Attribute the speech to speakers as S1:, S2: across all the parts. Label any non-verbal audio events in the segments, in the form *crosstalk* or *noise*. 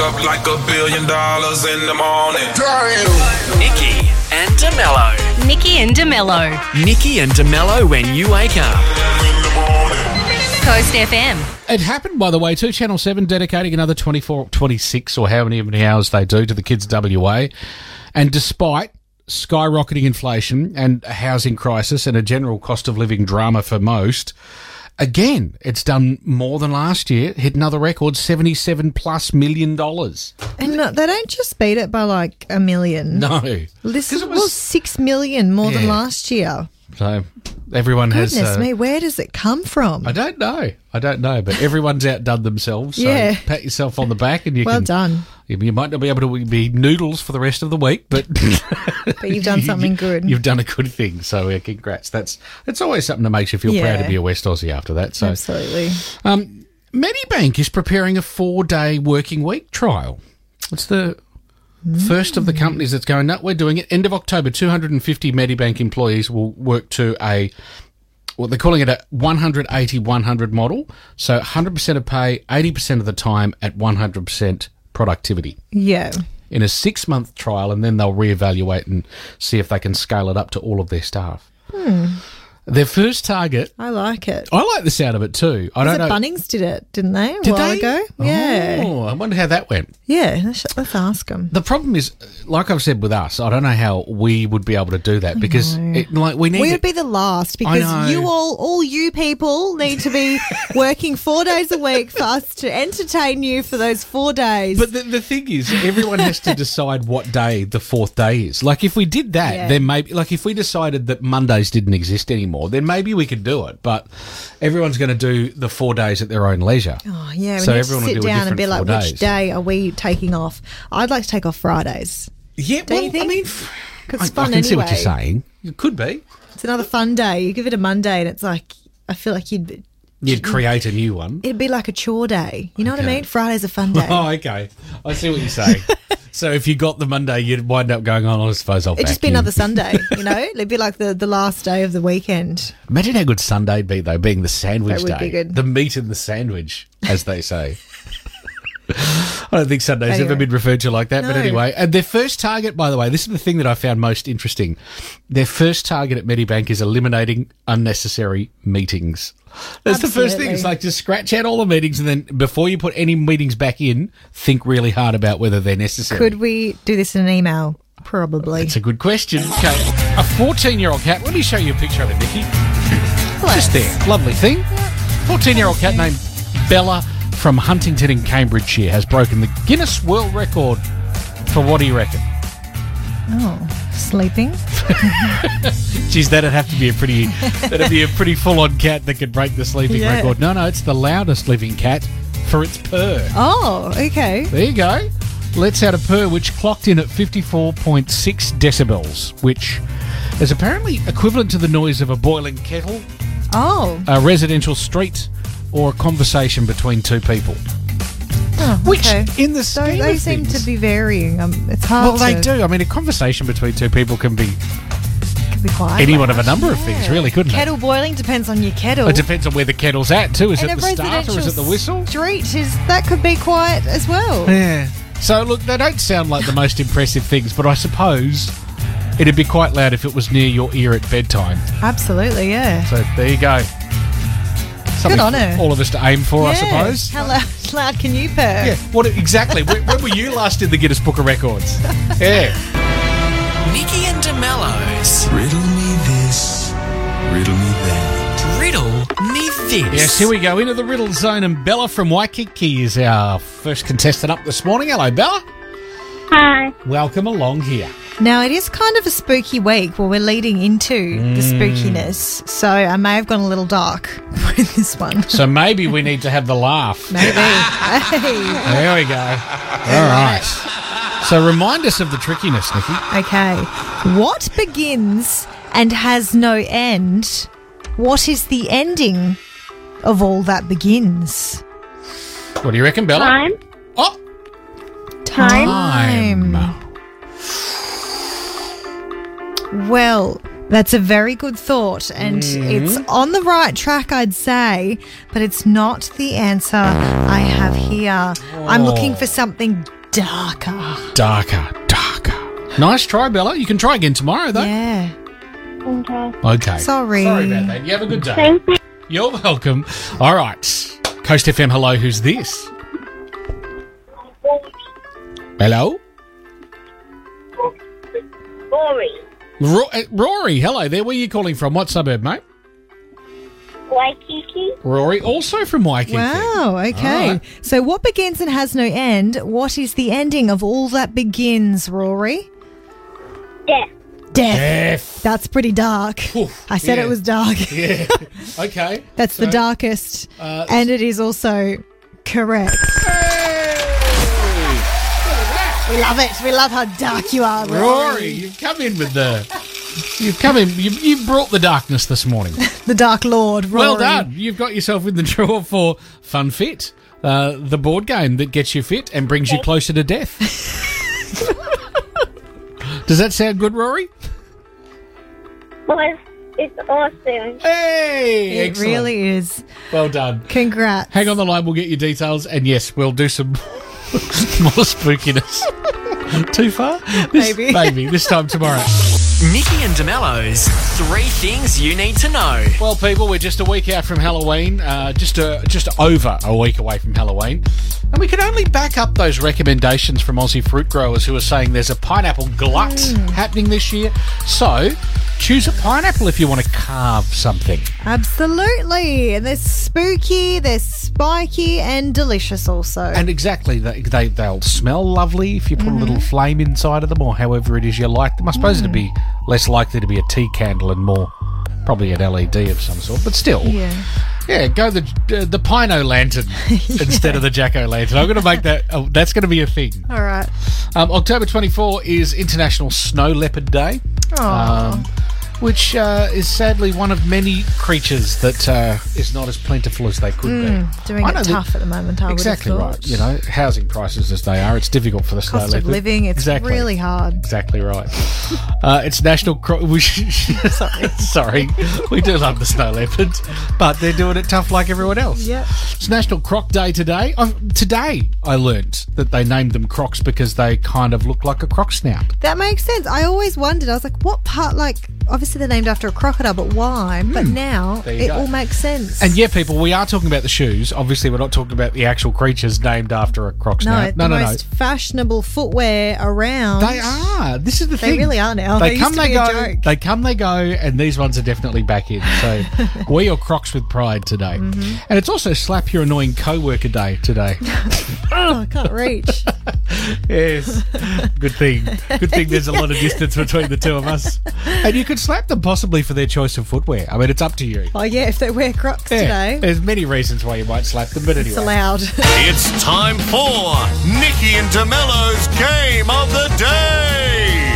S1: up like a billion dollars in the morning.
S2: Nikki and DeMello.
S3: Nikki and DeMello.
S2: Nikki and DeMello when you wake up.
S3: Coast FM.
S4: It happened, by the way, too. Channel 7 dedicating another 24, 26 or how many hours they do to the kids WA. And despite skyrocketing inflation and a housing crisis and a general cost of living drama for most, again, it's done more than last year, hit another record, 77 plus million dollars. *laughs*
S5: And no, they don't just beat it by like a million.
S4: No.
S5: This
S4: 'Cause
S5: was,
S4: it
S5: six million more than
S4: Yeah.
S5: last year.
S4: So everyone
S5: Goodness
S4: has... uh,
S5: me, where does it come from?
S4: I don't know. I don't know, but everyone's outdone themselves. So
S5: Yeah.
S4: pat yourself on the back and you
S5: Well
S4: can... *laughs*
S5: done.
S4: You you might not be able to be noodles for the rest of the week, but
S5: But *laughs*
S4: *laughs*
S5: you've done something good.
S4: You've done a good thing, so uh, congrats. That's it's always something that makes you feel proud to
S5: Yeah.
S4: be a West Aussie after that. So,
S5: Absolutely.
S4: um, Medibank is preparing a four-day working week trial. It's the first
S5: Hmm.
S4: of the companies that's going. No, we're doing it. End of October, 250 Medibank employees will work to a well, they're calling it a 180 100 model. So 100% of pay, 80% of the time at 100% productivity
S5: Yeah.
S4: in a six month trial and then they'll reevaluate and see if they can scale it up to all of their staff.
S5: Hmm.
S4: Their first target,
S5: I like it.
S4: I like the sound of it too. I
S5: Was
S4: don't
S5: it
S4: know.
S5: Bunnings did it, didn't they? A
S4: Oh, Did
S5: while
S4: they?
S5: ago? Yeah.
S4: Oh, I wonder how that went.
S5: Yeah. Let's, let's ask them.
S4: The problem is, like I've said with us, I don't know how we would be able to do that because, it, like, we need.
S5: We
S4: it-
S5: would be the last
S4: know.
S5: because you all, all you people, need
S4: *laughs*
S5: to be working four days a week for us to entertain you for those four days.
S4: But the, the thing is, everyone has to decide what day the fourth day is. Like, if we did that,
S5: Yeah.
S4: then maybe, like, if we decided that Mondays didn't exist anymore, then maybe we could do it. But everyone's going to do the four days at their own leisure.
S5: oh, yeah, we
S4: So
S5: need to
S4: everyone will
S5: sit
S4: do a
S5: down and be like,
S4: different four
S5: which
S4: days.
S5: day are we taking off? I'd like to take off Fridays.
S4: Yeah,
S5: Don't
S4: well,
S5: you think?
S4: I mean,
S5: Because
S4: I,
S5: it's fun
S4: I can see what
S5: anyway.
S4: you're saying. It could be.
S5: It's another fun day. You give it a Monday, and it's like I feel like you'd
S4: You'd create a new one.
S5: it'd be like a chore day. You know what
S4: Okay.
S5: I mean? Friday's
S4: *laughs*
S5: a fun day.
S4: Oh, okay. I see what you're
S5: *laughs*
S4: saying. so if you got the Monday, you'd wind up going on. I suppose I'll.
S5: It'd just be
S4: vacuum." *laughs*
S5: another Sunday, you know? It'd be like the, the last day of the weekend.
S4: Imagine how good Sunday'd be though, being the sandwich
S5: That would
S4: day,
S5: be good.
S4: the meat in the sandwich, as they
S5: *laughs*
S4: say. I don't think Sunday's ever
S5: Anyway.
S4: been referred to like that, but
S5: No.
S4: anyway. And their first target, by the way, this is the thing that I found most interesting. Their first target at Medibank is eliminating unnecessary meetings. That's the first thing. It's
S5: Absolutely.
S4: like just scratch out all the meetings, and then before you put any meetings back in, think really hard about whether they're necessary.
S5: Could we do this in an email? Probably.
S4: It's a good question. Okay. A 14 year old cat. Let me show you a picture of it, Nikki. Just there. Lovely thing. 14 year old cat named Bella from Huntington in Cambridgeshire has broken the Guinness World Record for what do you reckon?
S5: Oh, sleeping?
S4: Geez, that'd have to be a pretty that'd be a pretty full on cat that could break the sleeping
S5: Yeah.
S4: record. No, no, it's the loudest living cat for its purr.
S5: Oh, okay.
S4: There you go. Let's out a purr which clocked in at 54.6 decibels, which is apparently equivalent to the noise of a boiling kettle,
S5: Oh,
S4: a residential street, or a conversation between two people.
S5: oh,
S4: Which,
S5: okay.
S4: in the
S5: So
S4: scheme
S5: they
S4: of
S5: seem
S4: things-
S5: to be varying. Um, it's
S4: Well,
S5: hard
S4: they
S5: to
S4: do. I mean, a conversation between two people can be
S5: to be quiet.
S4: any
S5: like
S4: one of a
S5: that.
S4: number of things, really, couldn't
S5: Kettle boiling depends on your kettle.
S4: it? It depends on where the kettle's at, too. Is
S5: and
S4: it
S5: a
S4: the start or is
S5: residential
S4: it the whistle?
S5: Street is that could be quiet as well.
S4: Yeah. So, look, they don't sound like the most impressive things, but I suppose it'd be quite loud if it was near your ear at bedtime.
S5: Absolutely, yeah.
S4: So there you go. Something
S5: on
S4: for
S5: her.
S4: all of us to aim for, I
S5: Yeah.
S4: suppose.
S5: How loud, loud can you purr?
S4: Yeah. What exactly? when, when were you last in the Guinness Book of Records? Yeah.
S2: Nikki and DeMello's
S6: Riddle me this, riddle me that.
S2: Riddle Me This.
S4: Yes. Here we go into the riddle zone, and Bella from Waikiki is our first contestant up this morning. Hello, Bella.
S7: Hi.
S4: Welcome along here.
S5: Now it is kind of a spooky week. Well, we're leading into the
S4: Mm.
S5: spookiness, so I may have gone a little dark *laughs* with this
S4: *laughs*
S5: one.
S4: So maybe we need to have the
S7: *laughs*
S4: laugh.
S5: Maybe. Hey.
S4: There we go. All right. So remind us of the trickiness, Nikki.
S5: Okay. What begins and has no end? What is the ending of all that begins?
S4: What do you reckon, Bella?
S7: Time.
S4: Oh,
S7: Time.
S4: time.
S5: Well, That's a very good thought, and
S4: Mm.
S5: it's on the right track, I'd say, but it's not the answer I have here. I'm
S4: Oh.
S5: looking for something darker.
S4: Darker, darker. Nice try, Bella. You can try again tomorrow, though.
S5: Yeah.
S7: Okay.
S4: Okay.
S5: Sorry.
S4: Sorry about that. You have a good day.
S7: Thank you.
S4: You're welcome. All right. Coast FM, hello. Who's this? Hello?
S7: Rory,
S4: Ro- uh, Rory, hello there. Where are you calling from? What suburb, mate?
S7: Waikiki,
S4: Rory, also from Waikiki.
S5: Wow, okay.
S4: Alright.
S5: So, what begins and has no end? What is the ending of all that begins, Rory?
S7: death.
S5: Death.
S4: F.
S5: That's pretty dark.
S4: Oof,
S5: I said
S4: yeah.
S5: it was dark. *laughs*
S4: Yeah. okay.
S5: That's the
S4: So-
S5: darkest.
S4: Uh,
S5: and it is also correct. We love it. We love how dark you are,
S4: Rory, you've come in with the. You've come in. You've, you've brought the darkness this
S5: *laughs*
S4: morning.
S5: The Dark Lord, Rory.
S4: Well done. You've got yourself in the draw for Fun Fit, uh, the board game that gets you fit and brings you closer to
S5: *laughs*
S4: death. Does that sound good, Rory?
S7: Was it's awesome.
S4: Hey,
S5: It
S4: excellent.
S5: really is.
S4: well done.
S5: Congrats.
S4: Hang on the line. We'll get your details, and yes, we'll do some *laughs* more spookiness. *laughs* Too far? This, *laughs*
S5: Maybe.
S4: Maybe this time tomorrow.
S2: Nikki and DeMello's three things you need to know.
S4: Well, people, we're just a week out from Halloween, uh, just a, just over a week away from Halloween, and we can only back up those recommendations from Aussie fruit growers who are saying there's a pineapple glut happening this year. So, choose a pineapple if you want to carve something.
S5: Absolutely. And they're spooky, they're spiky, and delicious also.
S4: And exactly, they, they they'll smell lovely if you put a little flame inside of them, or however it is you like them. I suppose it'd be less likely to be a tea candle and more probably an LED of some sort, but still.
S5: yeah.
S4: Yeah, go the uh, the pine o lantern instead of the jack o lantern. I'm going to make that. Oh, that's going to be a thing.
S5: All right.
S4: Um, October 24 is International Snow Leopard Day,
S5: Oh,
S4: um, which uh, is sadly one of many creatures that uh, is not as plentiful as they could be.
S5: Doing
S4: I know that-
S5: it tough at the moment, I
S4: Exactly
S5: would have thought.
S4: right. You know, housing prices as they are, it's difficult for the snow
S5: Cost of
S4: leopard.
S5: living, it's
S4: exactly.
S5: really hard.
S4: Exactly right. Uh, it's National. Cro- *laughs* we should- *laughs* Sorry. we do love the snow leopards, but they're doing it tough like everyone else.
S5: Yep.
S4: It's National Croc Day today. i today I learnt that they named them crocs because they kind of look like a croc snout.
S5: That makes sense. I always wondered, I was like, what part, like, obviously they're named after a crocodile, but why? But now
S4: Hmm. There you
S5: it
S4: go.
S5: all makes sense.
S4: And yeah, people, we are talking about the shoes. Obviously, we're not talking about the actual creatures named after a croc
S5: no,
S4: snout.
S5: the most fashionable footwear around.
S4: They are. This is the
S5: They
S4: thing.
S5: really are now.
S4: They
S5: They
S4: come,
S5: used to
S4: they
S5: be
S4: go.
S5: a joke.
S4: They come, they go, and these ones are definitely back in. So
S5: *laughs*
S4: wear your Crocs with pride today.
S5: Mm-hmm.
S4: And it's also slap your annoying co-worker day
S5: *laughs*
S4: today.
S5: Oh, I can't
S4: *laughs*
S5: reach.
S4: yes, good thing. Good thing there's a lot
S5: *laughs*
S4: of distance between the two of us. And you could slap them possibly for their choice of footwear. I mean, it's up to you.
S5: oh, yeah, if they wear crocs
S4: Yeah,
S5: today,
S4: there's many reasons why you might slap them, but anyway.
S5: it's allowed.
S8: It's time for Nikki and DeMello's Game of the Day.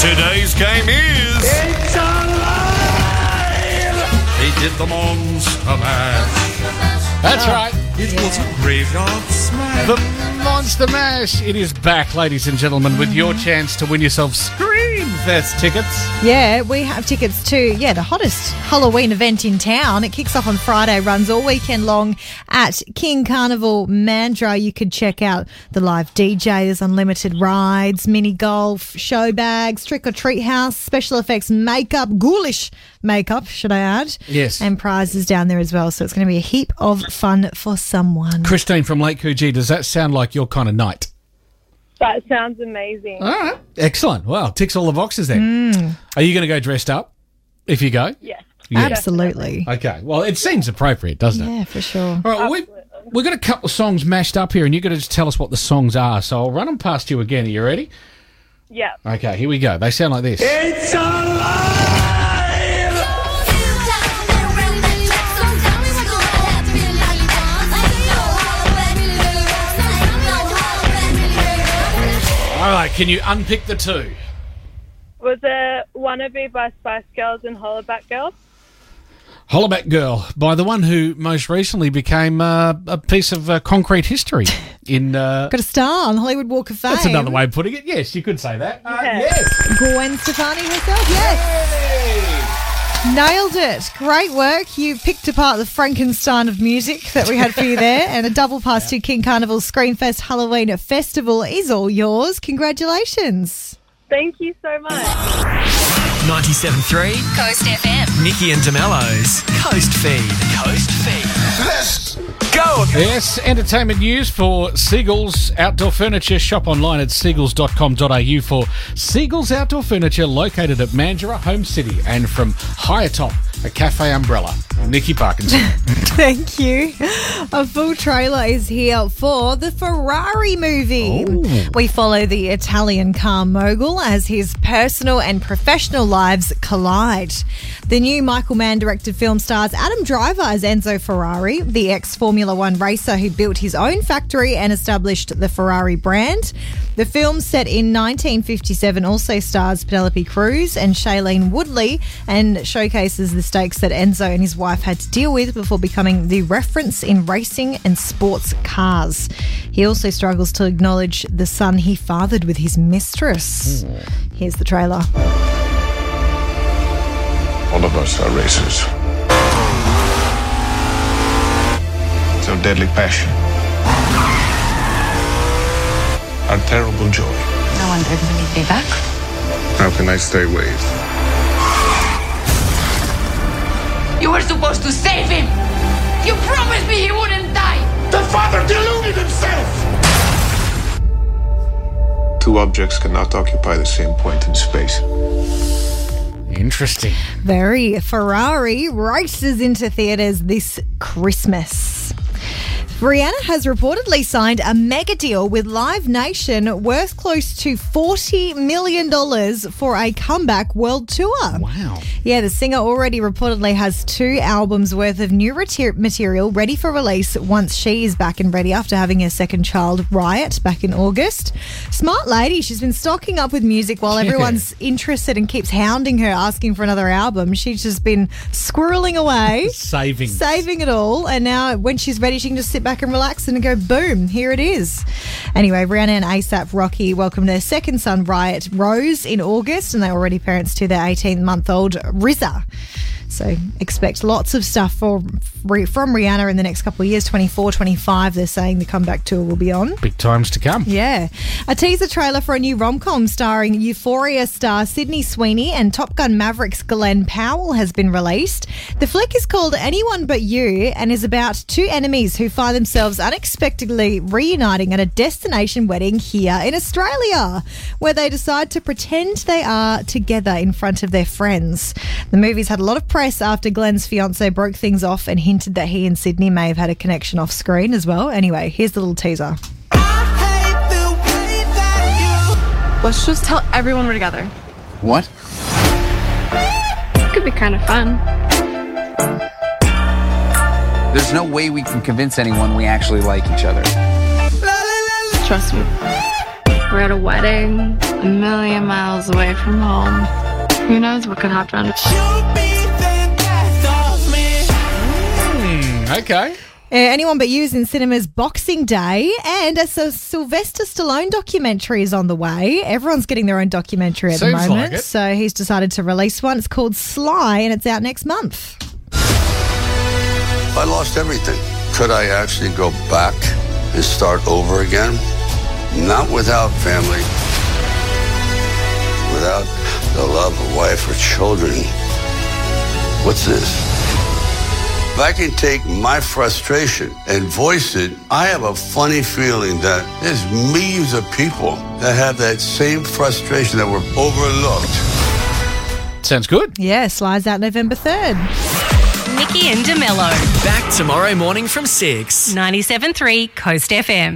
S8: Today's game is. It's alive! He did the monster mash.
S4: That's right.
S6: Uh, It was a graveyard smash.
S4: The Monster Mash. It is back, ladies and gentlemen, with your chance to win yourself Screamfest tickets.
S5: yeah, we have tickets to, yeah, the hottest Halloween event in town. It kicks off on Friday, runs all weekend long at King Carnival Mandra. You could check out the live DJ. There's unlimited rides, mini golf, show bags, trick or treat house, special effects, makeup, ghoulish makeup, should I add?
S4: Yes.
S5: And prizes down there as well. So it's going to be a heap of fun for someone.
S4: Christine from Lake Coogee, does that sound like your kind of night?
S9: That sounds amazing.
S4: All right. Excellent. Wow. Ticks all the boxes then. Mm. Are you going to go dressed up if you go?
S9: Yes.
S5: Absolutely.
S4: Okay. Well, it seems appropriate, doesn't it?
S5: Yeah, for sure.
S4: All right. We've, we've got a couple of songs mashed up here, and you've got to just tell us what the songs are. So I'll run them past you again. Are you ready?
S9: Yeah.
S4: Okay. Here we go. They sound like this.
S8: It's alive!
S4: All right. Can you unpick the two?
S9: Was it Wannabe by Spice Girls and Hollaback Girls?
S4: Hollaback Girl by the one who most recently became uh, a piece of uh, concrete history in. Uh,
S5: Got a star on Hollywood Walk of Fame.
S4: that's another way of putting it. Yes, you could say that. Uh,
S9: Yeah.
S4: Yes.
S5: Gwen Stefani herself. Yes.
S4: Hey,
S5: Nailed it. Great work. You picked apart the Frankenstein of music that we had for you there. And a double pass to King Carnival Screenfest Halloween Festival is all yours. Congratulations.
S9: Thank you so much.
S2: 97.3,
S3: Coast FM.
S2: Nikki and DeMello's Coast Feed. Coast Feed. Let's go.
S4: Yes, entertainment news for Seagulls Outdoor Furniture. Shop online at seagulls.com.au for Seagulls Outdoor Furniture located at Mandurah, Home City, and from Higher Top, a cafe umbrella. Nikki Parkinson.
S5: *laughs* Thank you. A full trailer is here for the Ferrari movie. We follow the Italian car mogul as his personal and professional lives collide. The new Michael Mann directed film stars Adam Driver as Enzo Ferrari, the ex Formula One racer who built his own factory and established the Ferrari brand. The film, set in 1957, also stars Penelope Cruz and Shailene Woodley and showcases the stakes that Enzo and his wife had to deal with before becoming the reference in racing and sports cars. He also struggles to acknowledge the son he fathered with his mistress. Here's the trailer.
S10: All of us are racers. It's our deadly passion. Our terrible joy.
S11: No one's ever going to be back.
S10: How can I stay away?
S11: You were supposed to save him. You promised me he wouldn't die.
S10: The father deluded himself! Two objects cannot occupy the same point in space.
S4: Interesting.
S5: Very Ferrari races into theatres this Christmas. Rihanna has reportedly signed a mega deal with Live Nation worth close to $40 million for a comeback world tour.
S4: Wow.
S5: Yeah, the singer already reportedly has two albums worth of new rete- material ready for release once she is back and ready after having her second child, Riot, back in August. Smart lady, she's been stocking up with music while everyone's interested and keeps hounding her, asking for another album. She's just been
S4: *laughs*
S5: squirreling away.
S4: Saving.
S5: Saving it all, and now when she's ready, she can just sit back and relax and go, boom, here it is. Anyway, Rihanna and ASAP Rocky welcomed their second son, Riot Rose, in August, and they're already parents to their 18 month old Rizza. So expect lots of stuff for, from Rihanna in the next couple of years 24, 25. They're saying the comeback tour will be on.
S4: Big times to come.
S5: Yeah. A teaser trailer for a new rom com starring Euphoria star Sydney Sweeney and Top Gun Mavericks Glenn Powell has been released. The flick is called Anyone But You and is about two enemies who find themselves unexpectedly reuniting at a destination wedding here in Australia, where they decide to pretend they are together in front of their friends. The movie's had a lot of press after Glenn's fiance broke things off and hinted that he and Sydney may have had a connection off screen as well. Anyway, here's the little teaser.
S11: Let's just tell everyone we're together.
S6: What?
S7: Could be kind of fun.
S6: There's no way we can convince anyone we actually like each other.
S11: Trust me.
S7: We're at a wedding.
S11: A million miles away from home. Who knows what could happen?
S4: Hmm, Okay.
S5: Uh, anyone but you is in cinemas Boxing Day, and a Sy- Sylvester Stallone documentary is on the way. Everyone's getting their own documentary at
S4: Seems
S5: the
S4: like
S5: moment,
S4: it.
S5: so he's decided to release one. It's called Sly, and it's out next month.
S10: I lost everything. Could I actually go back and start over again? Not without family, without the love of wife or children. What's this? If I can take my frustration and voice it, I have a funny feeling that there's millions of people that have that same frustration that were overlooked.
S4: Sounds good.
S5: Yeah, Sly's out November third.
S3: Nikki and DeMello.
S2: Back tomorrow morning from 6.
S3: 97.3 Coast FM.